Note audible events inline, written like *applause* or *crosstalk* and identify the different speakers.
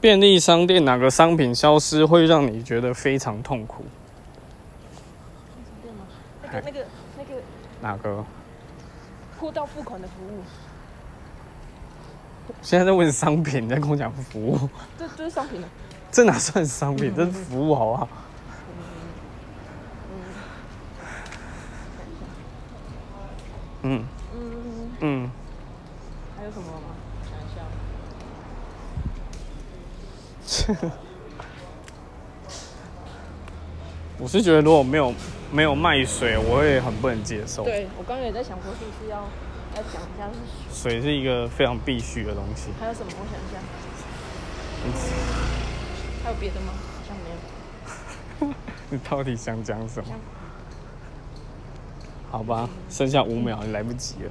Speaker 1: 便利商店哪个商品消失会让你觉得非常痛苦？
Speaker 2: 对吗？那个那个那个
Speaker 1: 哪个？
Speaker 2: 货到付款的服务，
Speaker 1: 现在在问商品，你在跟我讲服务， *laughs*
Speaker 2: 这这是商品的。
Speaker 1: 这哪算商品？这是服务好不好？嗯
Speaker 2: 嗯，
Speaker 1: 嗯，
Speaker 2: 还有什么吗？想一下。
Speaker 1: 我是觉得如果没有没有卖水，我会很不能接受。，
Speaker 2: 对，我刚刚也在想说是不是要要讲一下是
Speaker 1: 水是一个非常必须的东西。 *laughs*
Speaker 2: 还有什么？我想一下。还有别的吗？好像没有。
Speaker 1: 你到底想讲什么？好吧，剩下五秒，你来不及了。